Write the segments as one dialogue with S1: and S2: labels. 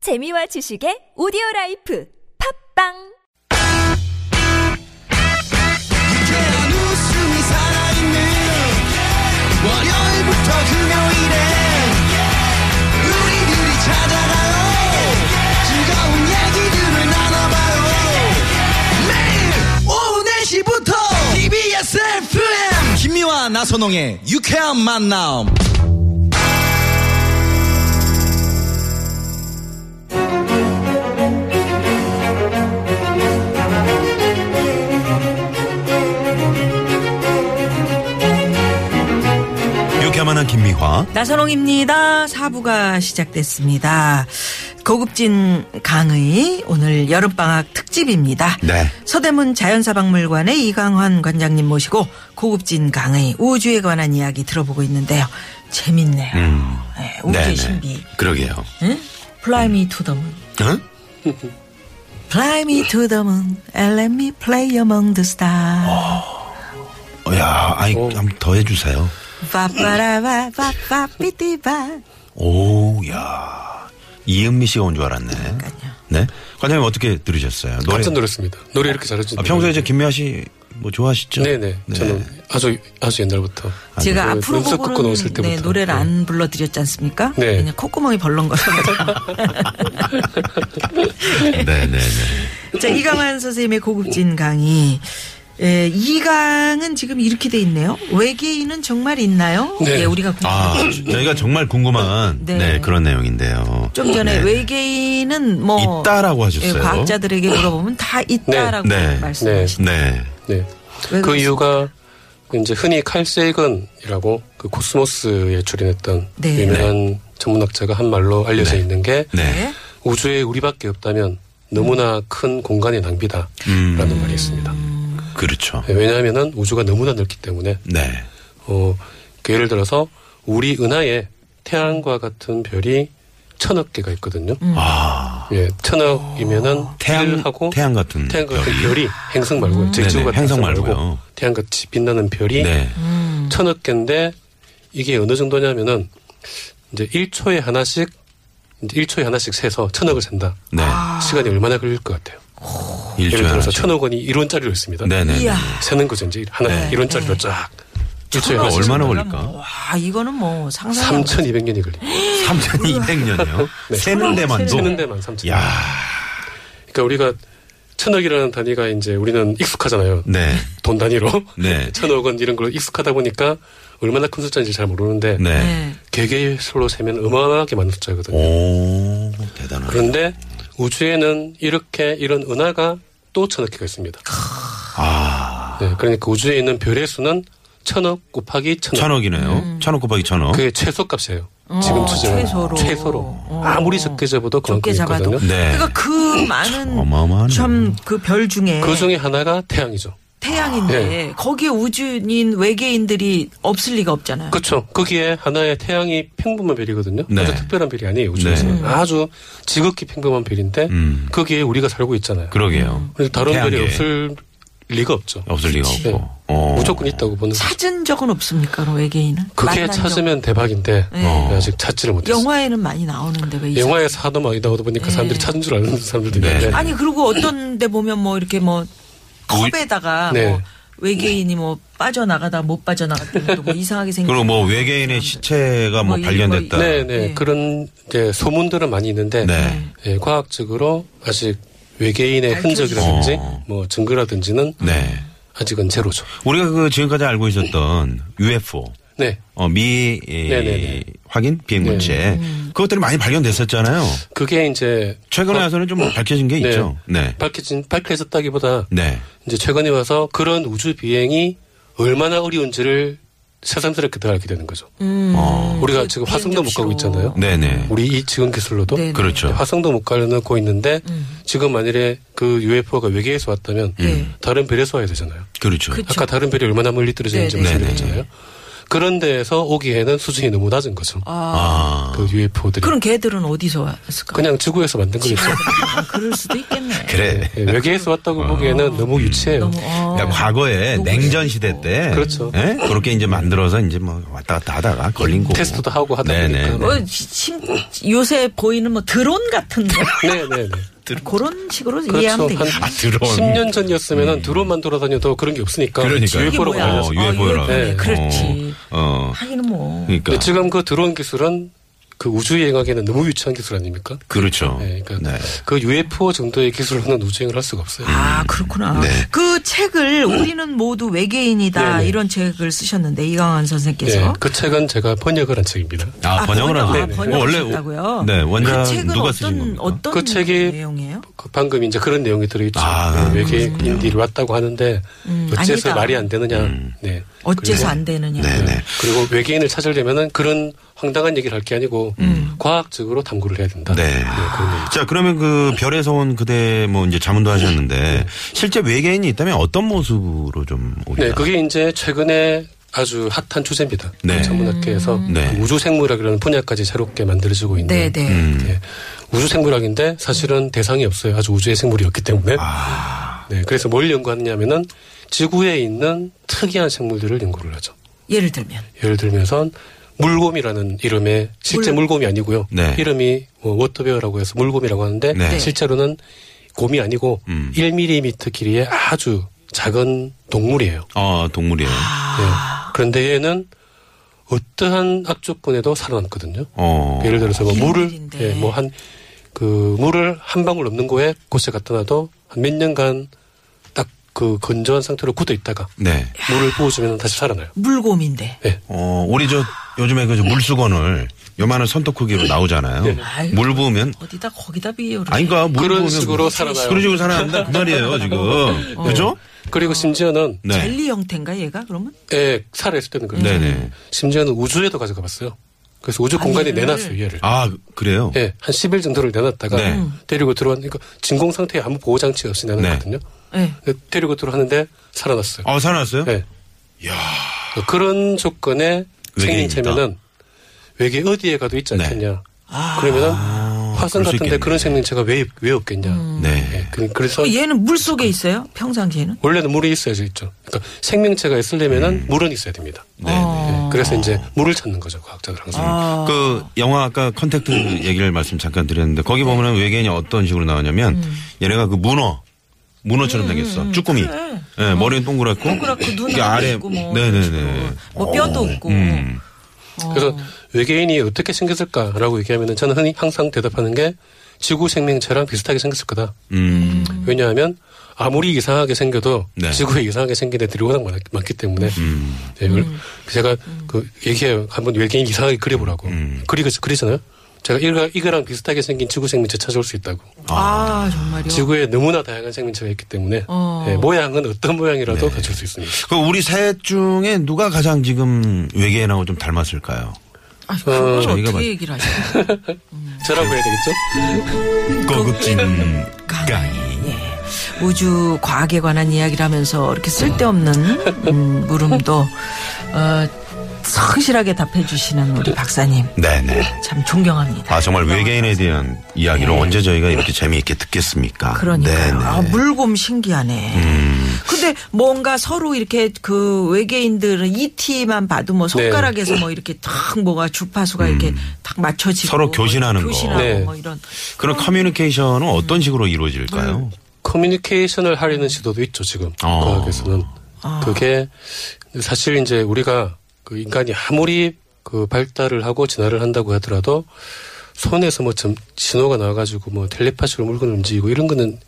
S1: 재미와 지식의 오디오 라이프 팝빵
S2: 유쾌한 웃음이 살아있는 월요일부터 금요일에 우리들이 찾아가요 즐거운 얘기들을 나눠봐요 매일 오후 4시부터 TBS FM 김미와 나선홍의 유쾌한 만남
S3: 유쾌만한 김미화.
S4: 나선홍입니다. 사부가 시작됐습니다. 고급진 강의 오늘 여름방학 특집입니다.
S3: 네.
S4: 서대문 자연사박물관의 이강환 관장님 모시고 고급진 강의 우주에 관한 이야기 들어보고 있는데요. 재밌네요.
S3: 음.
S4: 네, 우주의
S3: 네네.
S4: 신비.
S3: 그러게요.
S4: 응? Fly me to the moon.
S3: 응?
S4: Fly me to the moon and let me play among the stars.
S3: 어, 야, 아이, 한번 더 해주세요.
S4: 바빠라바 바빠삐띠바.
S3: 오, 야. 이은미 씨가 온 줄 알았네.
S4: 그러니까요.
S3: 네. 관장님 어떻게 들으셨어요? 노래.
S5: 깜짝 놀랐습니다. 노래 이렇게 잘해주는
S3: 아, 평소에 이제 김미화 씨 뭐 좋아하시죠?
S5: 네네
S3: 네.
S5: 저는 아주 아주 옛날부터
S4: 제가
S5: 그
S4: 앞으로
S5: 눈썹 끄고
S4: 보고는
S5: 넣었을
S4: 네,
S5: 때부터.
S4: 노래를
S5: 네.
S4: 안 불러드렸지 않습니까?
S5: 네.
S4: 그냥 콧구멍이 벌렁거려요.
S3: 네네네.
S4: 자, 이강환 선생님의 고급진 강의. 예, 이 강은 지금 이렇게 돼 있네요. 외계인은 정말 있나요?
S5: 네.
S4: 예, 우리가 궁금
S3: 아, 저희가 정말 궁금한
S4: 네.
S3: 네. 그런 내용인데요.
S4: 좀 전에
S3: 네.
S4: 외계인은 뭐
S3: 있다라고
S4: 예,
S3: 하셨어요.
S4: 과학자들에게 물어보면 다 있다라고
S3: 네. 네.
S4: 말씀하시죠.
S3: 네.
S5: 네.
S4: 왜
S5: 그
S4: 그랬을까요?
S5: 이유가 이제 흔히 칼 세이건이라고 그 코스모스에 출연했던
S4: 네.
S5: 유명한 전문학자가 한 말로 알려져 있는 게
S3: 네.
S5: 우주에 우리밖에 없다면 너무나 큰 공간의 낭비다라는
S3: 음.
S5: 말이 있습니다.
S3: 그렇죠.
S5: 네, 왜냐하면은 우주가 너무나 넓기 때문에
S3: 네.
S5: 어, 그 예를 들어서 우리 은하에 태양과 같은 별이 천억 개가 있거든요.
S3: 아.
S5: 예, 천억이면은
S3: 태양,
S5: 하고
S3: 태양 같은.
S5: 태양 같은
S3: 별이.
S5: 별이, 행성 말고요. 저희
S3: 네네,
S5: 지구 같은
S3: 행성
S5: 행성 말고
S3: 말고요.
S5: 태양같이 빛나는 별이
S3: 네.
S5: 천억 개인데 이게 어느 정도냐면은 이제 1초에 하나씩 이제 1초에 하나씩 세서 천억을 센다.
S3: 네.
S4: 아.
S5: 시간이 얼마나 걸릴 것 같아요.
S3: 일주일에
S5: 예를 들어서
S3: 하나씩.
S5: 천억 원이 1원짜리로 있습니다.
S3: 네네.
S4: 이야.
S5: 세는 거죠. 이제 하나
S3: 네.
S5: 1원짜리로 쫙. 1초에
S3: 천억
S5: 하나씩
S3: 얼마나
S5: 센다.
S3: 걸릴까?
S4: 와, 이거는 뭐 상상이 안
S5: 3,200년이 걸립니다.
S3: 3,200년이요?
S5: 네.
S3: 세는 데만도?
S5: 세는 데만 3,000.
S3: 야
S5: 그러니까 우리가 천억이라는 단위가 이제 우리는 익숙하잖아요.
S3: 네.
S5: 돈 단위로
S3: 네.
S5: 천억 원 이런 걸로 익숙하다 보니까 얼마나 큰 숫자인지 잘 모르는데
S3: 네.
S4: 네.
S5: 개개수로 세면 어마어마하게 많은 숫자거든요.
S3: 오, 대단하네.
S5: 그런데 우주에는 이렇게 이런 은하가 또 천억 개가 있습니다.
S3: 아.
S5: 네, 그러니까 우주에 있는 별의 수는 천억 곱하기 천억.
S3: 천억이네요. 천억 곱하기 천억.
S5: 그, 음. 그게 최소값이에요.
S4: 어,
S5: 지금 추정
S4: 최소로.
S5: 최소로.
S4: 어.
S5: 아무리 적게 잡아도
S4: 적게
S5: 그만큼
S4: 잡아도.
S5: 있거든요.
S3: 네.
S4: 그러니까 그 많은
S3: 어마어마하네.
S4: 참 그 별
S3: 음.
S4: 중에
S5: 그 중에 하나가 태양이죠.
S4: 태양인데
S5: 네.
S4: 거기에 우주인 외계인들이 없을 리가 없잖아요.
S5: 그렇죠. 거기에 하나의 태양이 평범한 별이거든요.
S3: 네.
S5: 아주 특별한 별이 아니에요. 우주에서
S3: 네.
S5: 아주 지극히 평범한 별인데
S3: 음.
S5: 거기에 우리가 살고 있잖아요.
S3: 그러게요.
S5: 음, 그래서 다른 별이
S3: 태양계.
S5: 없을 리가 없죠.
S3: 없을 리가
S4: 그치.
S3: 없고. 어.
S5: 무조건 있다고 보는 거죠.
S4: 찾은 적은 없습니까? 그럼 외계인은?
S5: 그게
S4: 만난 적?
S5: 찾으면 대박인데
S4: 네.
S3: 어.
S5: 아직 찾지를 못했어요.
S4: 영화에는 많이 나오는데 왜 이상-
S5: 영화에서 하도 많이 나오다 보니까
S4: 네.
S5: 사람들이 찾은 줄 아는 사람들도
S3: 네.
S5: 있는데
S4: 아니 그리고 어떤데 보면 뭐 이렇게 뭐
S3: 우이-
S4: 컵에다가
S5: 네.
S4: 뭐 외계인이 뭐 빠져나가다 못 빠져나갔다 뭐 이상하게 생긴
S3: 그리고 뭐 외계인의 시체가 뭐
S4: 뭐 이런
S3: 발견됐다.
S4: 거-
S5: 네, 네.
S4: 네.
S5: 그런 이제 소문들은 많이 있는데
S3: 네.
S5: 예, 과학적으로 아직 외계인의
S4: 밝혀지지
S5: 흔적이라든지
S3: 않았죠.
S5: 뭐 증거라든지는
S3: 어. 네.
S5: 아직은 제로죠.
S3: 우리가 그 지금까지 알고 있었던 UFO.
S5: 네.
S3: 어, 미, 이,
S5: 네네네. 네.
S3: 확인? 비행물체. 음. 그것들이 많이 발견됐었잖아요.
S5: 그게 이제
S3: 최근에
S5: 아,
S3: 와서는 좀 밝혀진 게
S5: 네.
S3: 있죠. 네.
S5: 밝혀진 밝혀졌다기보다
S3: 네.
S5: 이제 최근에 와서 그런 우주 비행이 얼마나 어려운지를 새삼스럽게 더 알게 되는 거죠.
S3: 어.
S5: 우리가
S4: 그
S5: 지금 화성도 못 가고
S4: 비행접시로.
S5: 있잖아요.
S3: 네네.
S5: 우리 이 지금 기술로도
S4: 네, 네.
S3: 그렇죠.
S5: 화성도 못 가려놓고 있는데 지금 만일에 그 UFO가 외계에서 왔다면
S4: 네.
S3: 음.
S5: 다른 별에서 와야 되잖아요.
S3: 그렇죠.
S4: 그- 그쵸.
S5: 아까 다른 별이 얼마나 멀리 떨어져 있는지
S4: 네, 네.
S5: 말씀드렸잖아요. 그런 데에서 오기에는 수준이 너무 낮은 거죠.
S3: 아.
S5: 그
S4: 아.
S5: UFO들이.
S4: 그럼 걔들은 어디서 왔을까?
S5: 그냥 지구에서 만든 거겠죠.
S4: 아, 그럴 수도 있겠네.
S3: 그래.
S5: 예, 외계에서 왔다고 보기에는 너무 유치해요.
S4: 너무, 어.
S3: 그러니까 과거에
S4: 누구예요?
S3: 냉전 시대 때
S5: 네. 그렇죠.
S3: 예? 그렇게 이제 만들어서 이제 뭐 왔다 갔다 하다가 걸린 거고
S5: 테스트도 하고 어, 하다
S3: 네네.
S5: 보니까.
S4: 뭐, 지- 심- 요새 보이는 뭐 드론 같은 거
S5: 네, 네, 네.
S4: 그런 식으로
S5: 그렇죠.
S4: 이해하면
S5: 한
S4: 되겠네.
S3: 드론.
S5: 10년 전이었으면 드론만 돌아다녀도 그런 게 없으니까.
S3: 그러니까
S4: 이게
S5: UFO로
S4: 뭐야?
S5: 가려서.
S4: 어,
S3: UFO라.
S5: 네,
S4: 그렇지.
S3: 어.
S4: 하긴 뭐
S3: 그러니까
S5: 근데 지금 그 드론 기술은 그 우주 여행하기에는 너무 유치한 기술 아닙니까?
S3: 그렇죠.
S5: 네, 그러니까
S3: 네.
S5: 그 UFO 정도의 기술로는 우주여행을 할 수가 없어요.
S4: 아 그렇구나.
S3: 네.
S4: 그 책을 우리는 모두 외계인이다
S5: 네네.
S4: 이런 책을 쓰셨는데 이강한 선생께서
S5: 예, 그 책은 제가 번역을 한 책입니다.
S3: 네. 아,
S4: 아,
S3: 번역을
S4: 번역,
S3: 하고
S4: 아,
S5: 네.
S4: 번역을 하셨다고요?
S3: 네, 원작
S4: 그 책은
S3: 누가
S4: 어떤
S3: 쓰신 겁니까?
S4: 어떤
S5: 그 책이-
S4: 내용이에요?
S5: 그 방금 이제 그런 내용이 들어있죠.
S3: 아,
S5: 네, 외계인들이 왔다고 하는데 어째서
S4: 음, 아니다.
S5: 말이 안 되느냐. 네.
S4: 어째서
S5: 그리고-
S4: 안 되느냐.
S3: 네네.
S5: 그리고 외계인을 찾으려면은 그런 황당한 얘기를 할 게 아니고 과학적으로 탐구를 해야 된다.
S3: 음. 네.
S5: 그런 얘기.
S3: 자, 그러면 그 별에서 온 그대 뭐 이제 자문도 하셨는데 실제 외계인이 있다면 어떤 모습으로 좀 오리나?
S5: 네, 그게 이제 최근에 아주 핫한 주제입니다.
S3: 네.
S5: 전문학계에서 그
S3: 네.
S5: 우주 생물학이라는 분야까지 새롭게 만들어지고 있는.
S4: 네네.
S3: 음.
S5: 네. 우주 생물학인데 사실은 대상이 없어요. 아주 우주의 생물이었기 때문에.
S3: 아.
S5: 네, 그래서 뭘 연구하느냐면은 지구에 있는 특이한 생물들을 연구를 하죠.
S4: 예를 들면
S5: 예를 들면서 물곰이라는 이름의 실제
S4: 물-
S5: 물... 곰이 아니고요.
S3: 네.
S5: 이름이 뭐 워터베어라고 해서 물곰이라고 하는데
S3: 네.
S5: 실제로는 곰이 아니고
S3: 음.
S5: 1mm 길이의 아주 작은 동물이에요.
S3: 어, 동물이에요.
S5: 예.
S4: 아.
S5: 그런데 얘는 어떠한 악조건에도 살아남거든요.
S3: 어.
S5: 예를 들어서 뭐 물을
S4: 일일인데.
S5: 예, 뭐 한 그 물을 한 방울 없는 곳에 곳에 갖다 놔도 한 몇 년간 딱 그 건조한 상태로 굳어 있다가
S3: 네.
S5: 물을 부어주면 다시 살아나요.
S4: 물곰인데.
S5: 예.
S3: 어, 우리 저 요즘에 그 물수건을 요만한 손톱 크기로 나오잖아요.
S4: 아이고.
S3: 물 부으면
S4: 어디다 거기다 비유를.
S3: 아니 그러니까 물
S5: 그런
S3: 부으면
S5: 식으로 살아가요. 네.
S3: 그런 식으로 살아난다 그 말이에요, 지금. 그죠?
S5: 그리고
S4: 아.
S5: 심지어는
S4: 해.
S3: 네.
S4: 젤리 형태인가 얘가 그러면?
S5: 예, 살아있을 때는 그렇죠.
S3: 네네.
S5: 심지어는 우주에도 가져가 봤어요. 그래서 우주
S4: 아,
S5: 공간에
S4: 얘를?
S5: 내놨어요, 얘를.
S3: 아, 그래요?
S5: 예, 한 10일 정도를 내놨다가
S3: 네.
S5: 데리고 들어왔는데, 그러니까 진공 상태에 아무 보호 장치 없이 내놨거든요.
S4: 네.
S5: 근데 데리고 들어왔는데 살아났어요.
S3: 아, 살아났어요?
S5: 예. 그런 조건의
S3: 외계인이다.
S5: 생명체면은 외계 어디에 가도 있지
S3: 네. 아,
S5: 않겠냐.
S4: 아.
S5: 그러면은 화성
S3: 그럴 수
S5: 같은데 그런
S3: 있겠네.
S5: 생명체가 왜, 왜 없겠냐.
S3: 네.
S5: 예, 그- 그래서
S4: 그럼 어, 얘는 물 속에 있어요? 평상시에는?
S5: 원래는 물이 있어야죠, 있죠. 그러니까 생명체가 있으려면은
S3: 음.
S5: 물은 있어야 됩니다.
S3: 네,
S5: 예, 그래서 이제 물을 찾는 거죠, 과학자들 항상.
S4: 아.
S3: 그 영화 아까 컨택트 얘기를 말씀 잠깐 드렸는데 거기 보면은 외계인이 어떤 식으로 나오냐면
S4: 음.
S3: 얘네가 그 문어 문어처럼 생겼어 쭈꾸미 예, 머리는 동그랗고
S4: 어, 동그랗고 눈
S3: 이게
S4: 안에
S3: 아래
S4: 있고 뭐
S3: 네네네
S4: 그렇죠. 뭐 뼈도
S3: 어,
S4: 없고.
S3: 음.
S5: 그래서 외계인이 어떻게 생겼을까라고 얘기하면은 저는 흔히 항상 대답하는 게 지구 생명체랑 비슷하게 생겼을 거다.
S3: 음.
S5: 왜냐하면 아무리 이상하게 생겨도
S3: 네. 음.
S5: 지구에 이상하게 생긴 애들이 워낙 많- 많기 때문에 네, 그걸 제가 그 얘기해요. 한번 외계인 이상하게 그려보라고.
S3: 음.
S5: 그리, 그리잖아요. 제가 이거, 이거랑 비슷하게 생긴 지구 생명체 찾아올 수 있다고.
S4: 아, 정말요.
S5: 지구에 너무나 다양한 생명체가 있기 때문에 네, 모양은 어떤 모양이라도 갖출 수 있습니다.
S3: 그 우리 셋 중에 누가 가장 지금 외계인하고 좀 닮았을까요
S4: 아, 그걸
S3: 저희가
S4: 어떻게
S3: 봤-
S4: 얘기를 하시죠?
S5: 저라고 해야 되겠죠?
S3: 고급진
S4: 강의. 아, 예. 우주 과학에 관한 이야기를 하면서 이렇게 쓸데없는 음, 물음도 어, 성실하게 답해 주시는 우리 박사님
S3: 네네
S4: 참 존경합니다.
S3: 아 정말 외계인에 대한
S5: 네.
S3: 이야기를 언제 저희가 이렇게 재미있게 듣겠습니까
S4: 그러니까요.
S3: 네네. 음.
S4: 아, 물곰 신기하네. 근데 뭔가 서로 이렇게 그 외계인들은 ET만 봐도
S3: 네.
S4: 뭐 손가락에서 뭐 이렇게 탁 뭐가 주파수가 이렇게 탁 맞춰지고
S3: 음.
S4: 뭐
S3: 서로 교신하는 거.
S4: 교신하고
S5: 네.
S4: 뭐 이런
S3: 그런 커뮤니케이션은 어떤 식으로
S5: 음.
S3: 이루어질까요
S5: 커뮤니케이션을 하려는 시도도 있죠 지금
S3: 어.
S5: 과학에서는 그게 사실 이제 우리가 그 인간이 아무리 그 발달을 하고 진화를 한다고 하더라도 손에서 뭐 좀 신호가 나와가지고 뭐 텔레파시로 물건을 움직이고 이런 거는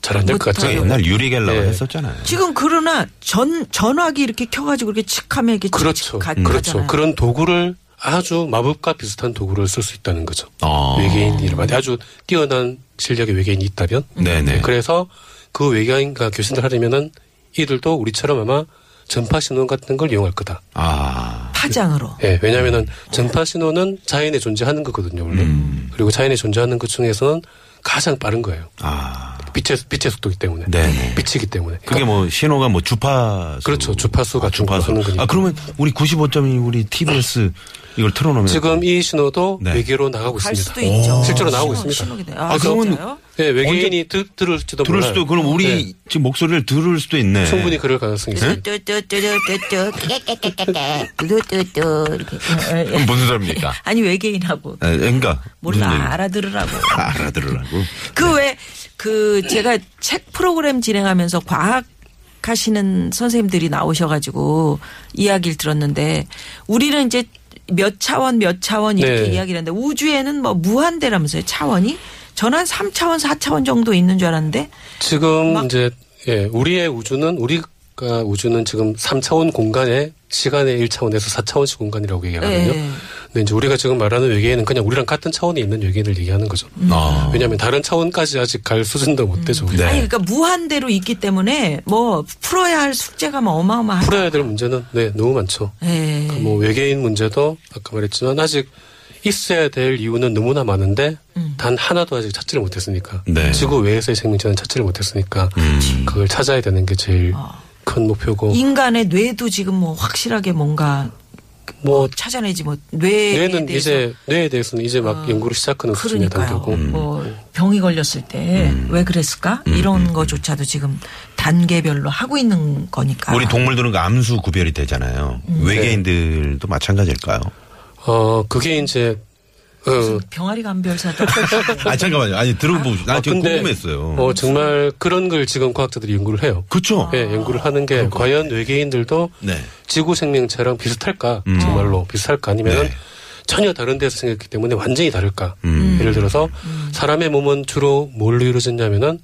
S5: 잘 안 될 것
S3: 저
S5: 같아요.
S3: 그 옛날 유리겔라가
S5: 네.
S3: 했었잖아요.
S4: 지금 그러나 전 전화기 이렇게 켜가지고 이렇게 칙하면 이렇게
S5: 그렇죠,
S4: 칙칙하-
S5: 그렇죠.
S4: 하잖아요.
S5: 그런 도구를 아주 마법과 비슷한 도구를 쓸 수 있다는 거죠.
S3: 어.
S5: 외계인이라면 아주 뛰어난 실력의 외계인이 있다면
S3: 네네.
S5: 그래서 그 외계인과 교신을 하려면은 이들도 우리처럼 아마 전파 신호 같은 걸 이용할 거다.
S3: 아,
S4: 파장으로.
S5: 예, 왜냐면은 전파 신호는 자연에 존재하는 거거든요, 원래. 그리고 자연에 존재하는 것 중에서는 가장 빠른 거예요.
S3: 음. 아.
S5: 빛의 빛의 속도기 때문에.
S3: 네네.
S5: 빛이기 때문에. 그러니까
S3: 그게 뭐 신호가 뭐 주파수
S5: 그렇죠. 주파수
S3: 아,
S5: 같은 거 하는
S3: 주파수
S5: 거니까.
S3: 아 그러면 우리 95.2 우리 TBS 이걸 틀어놓으면
S5: 지금 이 신호도
S3: 네.
S5: 외계로 나가고
S4: 갈 수도
S5: 있습니다.
S4: 있죠.
S5: 실제로 나오고
S4: 신호,
S5: 있습니다.
S4: 신호기네. 아,
S3: 아, 그러면
S4: 진짜요?
S5: 네, 외계인이 듣, 들을지도
S3: 들을 수도
S5: 몰라요.
S3: 그럼 우리
S5: 네,
S3: 지금 목소리를 들을 수도 있네.
S5: 충분히 그럴 가능성이 있어요.
S4: 네. 뚜뚜뚜뚜뚜뚜, 뚜뚜뚜뚜, 이렇게. 예, 예.
S3: 무슨 소리입니까?
S4: 아니 외계인하고
S3: 에, 그러니까 무슨 얘기-
S4: 몰라 알아들으라고.
S3: 알아들으라고.
S4: 그 왜 그 제가 책 프로그램 진행하면서 과학 하시는 선생님들이 나오셔가지고 이야기를 들었는데 우리는 이제 몇 차원 몇 차원 이렇게
S5: 네.
S4: 이야기를 하는데 우주에는 뭐 무한대라면서요 차원이 전한 3차원 4차원 정도 있는 줄 알았는데
S5: 네. 지금 이제 예, 우리의 우주는 우리가 우주는 지금 3차원 공간에 시간의 1차원에서 4차원씩 공간이라고 얘기하거든요.
S4: 예.
S5: 근데 이제 우리가 지금 말하는 외계인은 그냥 우리랑 같은 차원에 있는 외계인을 얘기하는 거죠.
S3: 아.
S5: 왜냐하면 다른 차원까지 아직 갈 수준도 못 되죠. 우리가.
S4: 아니 그러니까 무한대로 있기 때문에 뭐 풀어야 할 숙제가 뭐 어마어마한.
S5: 풀어야 될 문제는 네 너무 많죠.
S4: 예.
S5: 그러니까 뭐 외계인 문제도 아까 말했지만 아직 있어야 될 이유는 너무나 많은데
S4: 음.
S5: 단 하나도 아직 찾지를 못했으니까
S3: 네. 음.
S5: 지구 외에서의 생명체는 찾지를 못했으니까 그걸 찾아야 되는 게 제일 큰 목표고
S4: 인간의 뇌도 지금 뭐 확실하게 뭔가
S5: 뭐
S4: 찾아내지 뭐 뇌에
S5: 뇌는
S4: 대해서 아.
S5: 이제 뇌에 대해서는 이제 막 연구를 시작하는 수준의
S4: 그러니까요.
S5: 단계고
S3: 음.
S4: 뭐 병이 걸렸을 때 왜 그랬을까
S3: 음,
S4: 이런 거조차도 지금 단계별로 하고 있는 거니까.
S3: 우리 동물들은 그 암수 구별이 되잖아요. 외계인들도 마찬가지일까요?
S5: 어 그게 이제 어,
S4: 병아리 감별사도
S3: 아 잠깐만요. 아니 들어보시. 나
S5: 아,
S3: 지금
S5: 근데,
S3: 궁금했어요.
S5: 어, 정말 그런 걸 지금 과학자들이 연구를 해요.
S3: 그쵸?
S5: 예, 연구를 하는 게 과연 외계인들도
S3: 네.
S5: 지구 생명체랑 비슷할까? 정말로 비슷할까? 아니면
S3: 음. 네.
S5: 전혀 다른 데서 생겼기 때문에 완전히 다를까?
S3: 음.
S5: 예를 들어서 사람의 몸은 주로 뭘로 이루어졌냐면은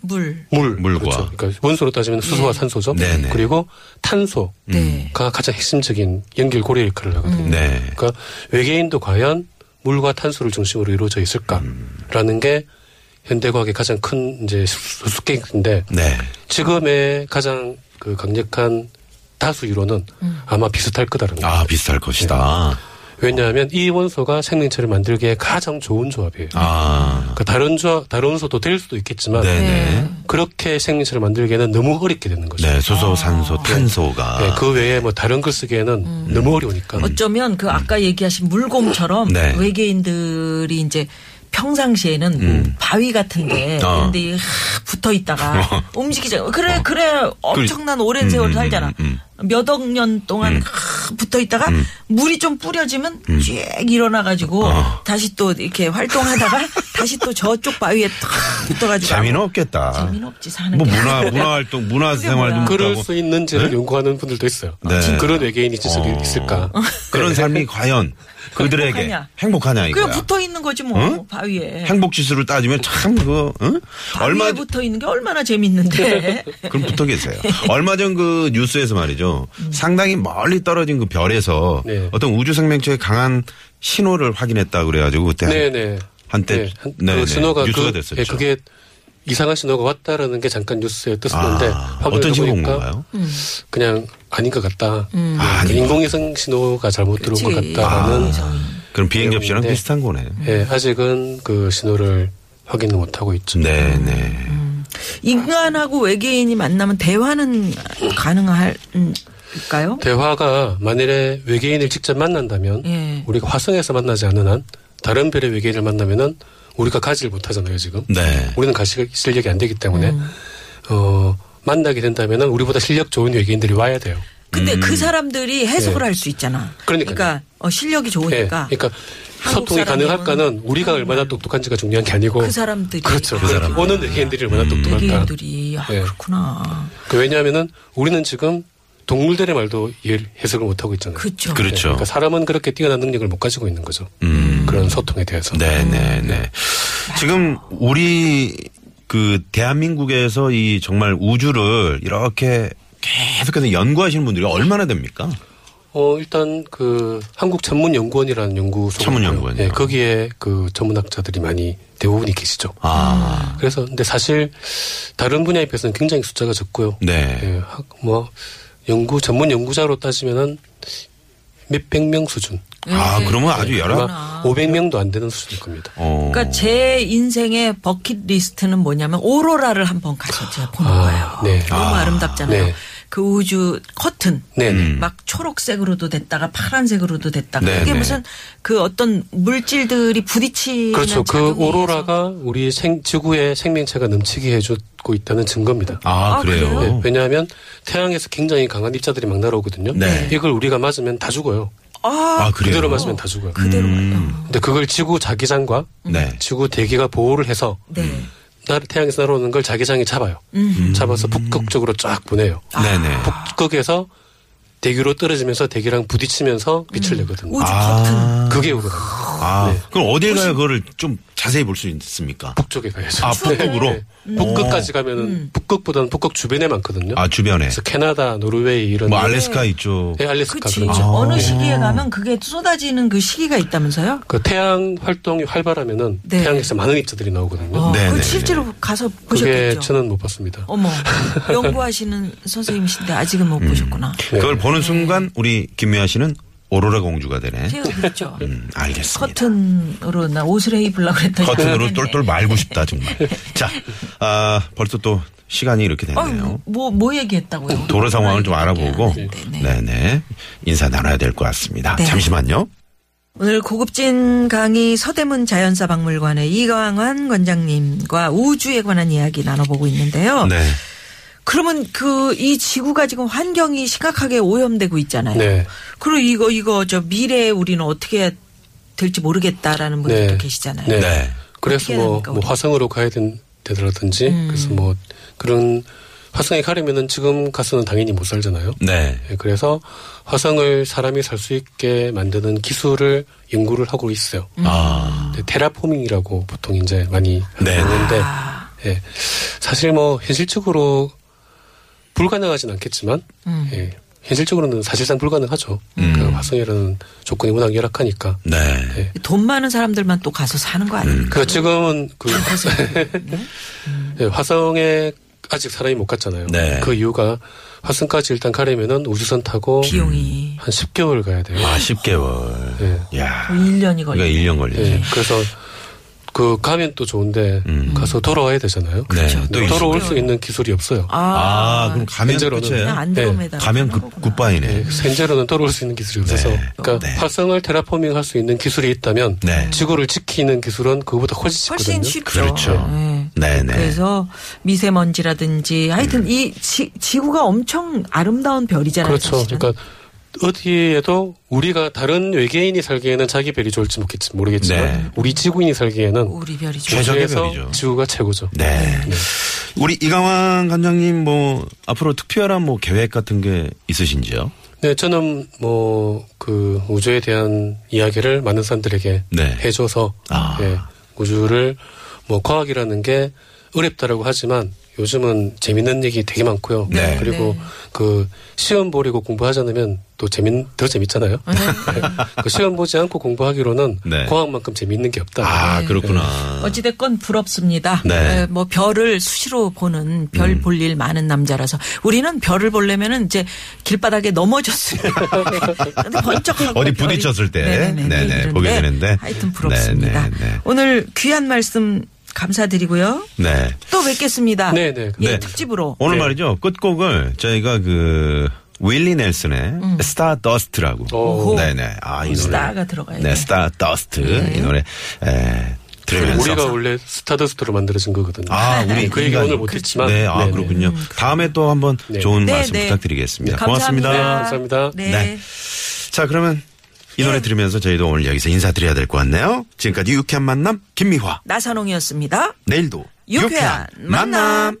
S4: 물.
S5: 물,
S3: 물과.
S5: 그렇죠. 그러니까 원소로 따지면 수소와 산소죠.
S3: 네네. 음.
S5: 그리고 탄소가
S4: 네.
S5: 가장 핵심적인 연결고리 역할을 하거든요.
S3: 네.
S5: 그러니까 외계인도 과연 물과 탄소를 중심으로 이루어져 있을까라는 게 현대 과학의 가장 큰 이제 수수께끼인데
S3: 네.
S5: 지금의 가장 그 강력한 다수 이론은 아마 비슷할 거다라는 거예요.
S3: 아 비슷할 것이다.
S5: 왜냐하면 이 원소가 생명체를 만들기에 가장 좋은 조합이에요.
S3: 아.
S5: 그러니까 다른 조 다른 원소도 될 수도 있겠지만
S3: 네네.
S5: 그렇게 생명체를 만들기에는 너무 어렵게 되는 거죠.
S3: 네. 아. 수소, 산소, 탄소가.
S5: 예, 그 외에 뭐 다른 글 쓰기에는 너무 어려우니까.
S4: 어쩌면 그 아까 얘기하신 물곰처럼
S3: 음. 네.
S4: 외계인들이 이제 평상시에는 뭐 바위 같은데
S3: 음. 어.
S4: 근데 이게 하- 붙어 있다가 움직이자 그래 그래 엄청난
S3: 음,
S4: 오랜 세월 을 살잖아 몇 억 년 동안 하- 붙어 있다가
S3: 음.
S4: 물이 좀 뿌려지면 쭉 일어나 가지고 다시 또 이렇게 활동하다가 다시 또 저쪽 바위에 탁 붙어 가지고
S3: 재미는 없겠다.
S4: 재미는 없지 사는
S3: 뭐
S4: 게.
S3: 문화 문화 활동 문화
S4: 그게
S3: 생활도
S4: 뭐야.
S3: 못하고.
S5: 그럴 수 있는지를 연구하는 분들도 있어요.
S3: 네.
S5: 지금 그런 외계인이 있을 수
S3: 어.
S5: 있을까?
S3: 그런 삶이 과연 네. 그들에게
S4: 행복하냐.
S3: 행복하냐, 예. 이거야.
S4: 그냥 붙어 있는 거지 뭐
S3: 응?
S4: 바위에
S3: 행복 지수를 따지면 참 그거 응?
S4: 바위에
S3: 얼마
S4: 붙어 있는 게 얼마나 재밌는데
S3: 그럼 붙어 계세요. 얼마 전 그 뉴스에서 말이죠. 상당히 멀리 떨어진 그 별에서
S5: 네.
S3: 어떤 우주 생명체의 강한 신호를 확인했다 그래가지고 그때 한-
S5: 네네.
S3: 한때
S5: 네, 한-
S3: 네,
S5: 그
S3: 네.
S5: 신호가
S3: 뉴스가
S5: 그,
S3: 됐었죠.
S5: 예, 그게 이상한 신호가 왔다라는 게 잠깐 뉴스에 떴었는데
S3: 아,
S5: 확인을
S3: 어떤 신호 온
S5: 해보니까
S3: 건가요?
S4: 음.
S5: 그냥 아닌 것 같다. 네,
S3: 아, 아닌
S5: 인공위성 신호가 잘못 들어온 것
S4: 그치.
S5: 같다라는
S3: 그럼 비행 접시랑
S5: 내용인데.
S3: 비슷한 거네.
S5: 예, 아직은 그 신호를 확인을 못 하고 있죠.
S3: 네네.
S4: 인간하고 외계인이 만나면 대화는 가능할까요?
S5: 대화가 만일에 외계인을 직접 만난다면
S4: 예.
S5: 우리가 화성에서 만나지 않는 한 다른 별의 외계인을 만나면은 우리가 가지를 못하잖아요 지금.
S3: 네.
S5: 우리는 가시 실력이 안 되기 때문에
S4: 음.
S5: 어, 만나게 된다면은 우리보다 실력 좋은 외계인들이 와야 돼요.
S4: 근데 그 사람들이 해석을
S5: 음. 예.
S4: 할 수 있잖아.
S5: 그러니까요.
S4: 어, 실력이 좋으니까.
S5: 예, 그러니까
S4: 한국
S5: 소통이
S4: 사람들은
S5: 가능할까는 우리가 얼마나 똑똑한지가 중요한 게 아니고
S4: 그 사람들이.
S5: 그렇죠.
S4: 아,
S5: 그 사람 오는 외계인들이 얼마나 똑똑할까.
S4: 외계인들이 아,
S5: 예.
S4: 그렇구나.
S5: 그 왜냐하면은 우리는 지금 동물들의 말도 이해를- 해석을 못 하고 있잖아요.
S4: 그렇죠.
S5: 네,
S3: 그렇죠.
S5: 그러니까 사람은 그렇게 뛰어난 능력을 못 가지고 있는 거죠. 그런 소통에 대해서.
S3: 네네네. 지금 우리 그 대한민국에서 이 정말 우주를 이렇게 계속해서 연구하시는 분들이 얼마나 됩니까?
S5: 어 일단 그 한국 전문 연구원이라는 연구소
S3: 전문 연구원이요.
S5: 네, 거기에 그 전문학자들이 많이 대부분이 계시죠.
S3: 아,
S5: 그래서 근데 사실 다른 분야에 비해서는 굉장히 숫자가 적고요.
S3: 네.
S5: 예, 학- 뭐 연구 전문 연구자로 따지면은 몇백 명 수준.
S3: 아, 그러면 아주 열악.
S5: 아마 500명도 안 되는 수준일 겁니다.
S3: 어.
S4: 그러니까 제 인생의 버킷 리스트는 뭐냐면 오로라를 한번 가서 제가 보는
S5: 아,
S4: 거예요.
S5: 네.
S4: 너무 아. 름답잖아요
S5: 네.
S4: 그 우주 커튼.
S5: 네. 네.
S4: 막 초록색으로도 됐다가 파란색으로도 됐다가
S3: 네,
S4: 그게
S3: 네.
S4: 무슨 그 어떤 물질들이 부딪히는
S5: 그렇죠. 그
S4: 작용에
S5: 오로라가 우리 생, 지구의 생명체가 넘치게 해주고 있는 증거입니다.
S3: 아,
S4: 아,
S3: 그래요?
S5: 네, 왜냐하면 태양에서 굉장히 강한 입자들이 막 날아오거든요.
S3: 네.
S5: 이걸 우리가 맞으면 다 죽어요.
S3: 아, 그래요?
S5: 그대로 맞으면 다 죽어요. 음.
S4: 있어서 그대로
S5: 근데 그걸 지구 자기장과
S3: 네.
S5: 지구 대기가 보호를 해서
S3: 음.
S4: 네. 음.
S5: 날- 태양에서 날아오는 걸 자기장이 잡아요. 잡아서 북극 쪽으로 쫙 보내요.
S3: 음. 아. 네네.
S5: 북극에서 대기로 떨어지면서 대기랑 부딪히면서
S4: 음.
S5: 빛을 내거든요.
S4: 우주 커튼.
S3: 아,
S5: 그게 오로라.
S3: 아,
S5: 네.
S3: 그럼 어딜 가요? 그거를 좀 자세히 볼 수 있습니까?
S5: 북쪽에 가야죠. 네,
S3: 아, 북극으로? 음.
S5: 북극까지 가면은 북극보다는 북극 주변에 많거든요.
S3: 아, 주변에.
S5: 그래서 캐나다, 노르웨이 이런
S4: 네.
S3: 뭐, 알래스카 아. 이쪽.
S5: 네, 알래스카
S4: 그치.
S5: 그렇죠.
S4: 어느 시기에 가면 그게 쏟아지는 그 시기가 있다면서요?
S5: 그 태양 활동이 활발하면은
S4: 네.
S5: 태양에서 많은 입자들이 나오거든요.
S4: 어,
S3: 네,
S4: 그
S3: 네,
S4: 실제로 가서
S5: 그게
S4: 보셨겠죠.
S5: 저는 못 봤습니다.
S4: 어머, 연구하시는 선생님이신데 아직은
S3: 음.
S4: 못 보셨구나.
S3: 그걸 보는
S4: 네.
S3: 순간 우리 김미아 씨는 오로라 공주가 되네.
S4: 제가 그랬죠.
S3: 음, 알겠습니다.
S4: 커튼으로 나 옷을 입으려고 그랬더니
S3: 커튼으로
S4: 그랬네. 네.
S3: 똘똘 말고 싶다 정말. 자, 아 벌써 또 시간이 이렇게 됐네요.
S4: 어, 뭐, 뭐 얘기했다고요?
S3: 도로 상황을 좀 알아보고
S4: 네, 네.
S3: 네네 인사 나눠야 될 것 같습니다.
S4: 네.
S3: 잠시만요.
S4: 오늘 고급진 강의 서대문 자연사 박물관의 이광환 관장님과 우주에 관한 이야기 나눠보고 있는데요.
S3: 네.
S4: 그러면 그 이 지구가 지금 환경이 심각하게 오염되고 있잖아요.
S5: 네.
S4: 그리고 이거 이거 저 미래에 우리는 어떻게 될지 모르겠다라는 분들도 계시잖아요.
S5: 네.
S3: 네.
S5: 그래서
S4: 어떻게 음.
S5: 뭐,
S4: 합니까,
S5: 뭐
S4: 우리?
S5: 화성으로 가야 된, 되더라든지 그래서 뭐 그런 화성에 가려면은 지금 가서는 당연히 못 살잖아요.
S3: 네.
S5: 예, 그래서 화성을 사람이 살 수 있게 만드는 기술을 연구를 하고 있어요.
S4: 음.
S3: 아.
S5: 네, 테라포밍이라고 보통 이제 많이
S3: 네.
S5: 하는데
S4: 아.
S5: 예, 사실 뭐 현실적으로 불가능하진 않겠지만
S4: 음.
S5: 예, 현실적으로는 사실상 불가능하죠.
S3: 음.
S5: 그 화성이라는 조건이 워낙 열악하니까.
S3: 네.
S5: 예.
S4: 돈 많은 사람들만 또 가서 사는 거
S3: 음.
S4: 아닙니까?
S5: 그 지금은 그 예, 화성에 아직 사람이 못 갔잖아요.
S3: 네.
S5: 그 이유가 화성까지 일단 가려면은 우주선 타고
S4: 비용이
S5: 한 10개월 가야 돼요.
S3: 아 10개월.
S5: 네.
S3: 야.
S4: 1년이 네. 걸려.
S3: 그러니까 1년 걸리지.
S5: 예, 그래서 그 가면 또 좋은데 가서 돌아와야 되잖아요.
S3: 그렇죠. 음. 또
S5: 네, 돌아올 수 있는 기술이 없어요.
S3: 아, 그럼 가면
S5: 현재로는.
S4: 그냥
S3: 끝이에요?
S4: 네. 안드로메다.
S3: 가면 그,
S5: 네,
S3: 굿바이네.
S5: 현재로는 돌아올 수 있는 기술이 없어서
S3: 네.
S5: 그러니까
S3: 네.
S5: 화성을 테라포밍 할 수 있는 기술이 있다면
S3: 네.
S5: 지구를 지키는 기술은 그거보다 훨씬 쉽거든요.
S4: 훨씬 쉽죠.
S3: 그렇죠.
S4: 예.
S3: 네네.
S4: 그래서 미세먼지라든지 하여튼
S3: 음.
S4: 이 지, 지구가 엄청 아름다운 별이잖아요.
S5: 그렇죠.
S4: 사실은.
S5: 그러니까 어디에도 우리가 다른 외계인이 살기에는 자기 별이 좋을지 모르겠지- 모르겠지만
S3: 네.
S5: 우리 지구인이 살기에는
S4: 우리 별이죠.
S3: 최- 최적의
S5: 우주에서
S3: 별이죠.
S5: 지구가 최고죠.
S3: 네. 우리 이강환 관장님 뭐 앞으로 특별한 뭐 계획 같은 게 있으신지요?
S5: 네, 저는 뭐 그 우주에 대한 이야기를 많은 사람들에게
S3: 네.
S5: 해줘서
S3: 아.
S5: 예, 우주를 뭐 과학이라는 게 어렵다라고 하지만 요즘은 재밌는 얘기 되게 많고요.
S3: 네.
S5: 그리고 그 시험 보려고 공부하지 않으면 또 재밌 더 재밌잖아요. 그 시험 보지 않고 공부하기로는
S3: 네.
S5: 과학만큼 재밌는 게 없다.
S3: 아
S4: 네.
S3: 그렇구나.
S4: 어찌됐건 부럽습니다.
S3: 네. 음.
S4: 에, 뭐 별을 수시로 보는 별 볼 일 많은 남자라서 우리는 별을 보려면은 이제 길바닥에 넘어졌을 때 근데 번쩍하고
S3: 어디
S4: 별이-
S3: 부딪혔을 때.
S4: 네네네.
S3: 네네,
S4: 이런데
S3: 보게 되는데.
S4: 하여튼 부럽습니다.
S3: 네네네.
S4: 오늘 귀한 말씀 감사드리고요.
S3: 네.
S4: 또 뵙겠습니다.
S5: 네네.
S4: 예,
S3: 네.
S4: 특집으로.
S3: 오늘 말이죠. 끝곡을 저희가 그 윌리 넬슨의 스타 더스트라고.
S5: 오.
S3: 네네. 아, 이 노래.
S4: 음. 스타가 네. 들어가야
S3: 네,
S4: 돼.
S3: 스타 더스트 이 노래 에, 들으면서
S5: 우리가 원래 스타더스트로 만들어진 거거든요.
S3: 아, 우리
S5: 그 얘기
S3: 인간-
S5: 오늘
S4: 그렇죠.
S5: 못했지만
S3: 네, 아
S5: 네네.
S3: 그렇군요. 다음에 또 한번
S5: 네.
S3: 좋은
S4: 네,
S3: 말씀
S4: 네.
S3: 부탁드리겠습니다.
S4: 감사합니다.
S3: 고맙습니다.
S5: 감사합니다.
S4: 네.
S3: 네. 자, 그러면 이 노래 들으면서 저희도 오늘 여기서 인사드려야 될 것 같네요. 지금까지 유쾌한 만남 김미화.
S4: 나선홍이었습니다.
S3: 내일도
S4: 유쾌한 만남.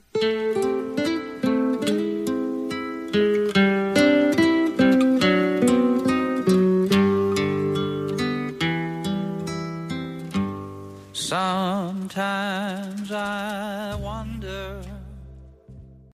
S6: Sometimes I wonder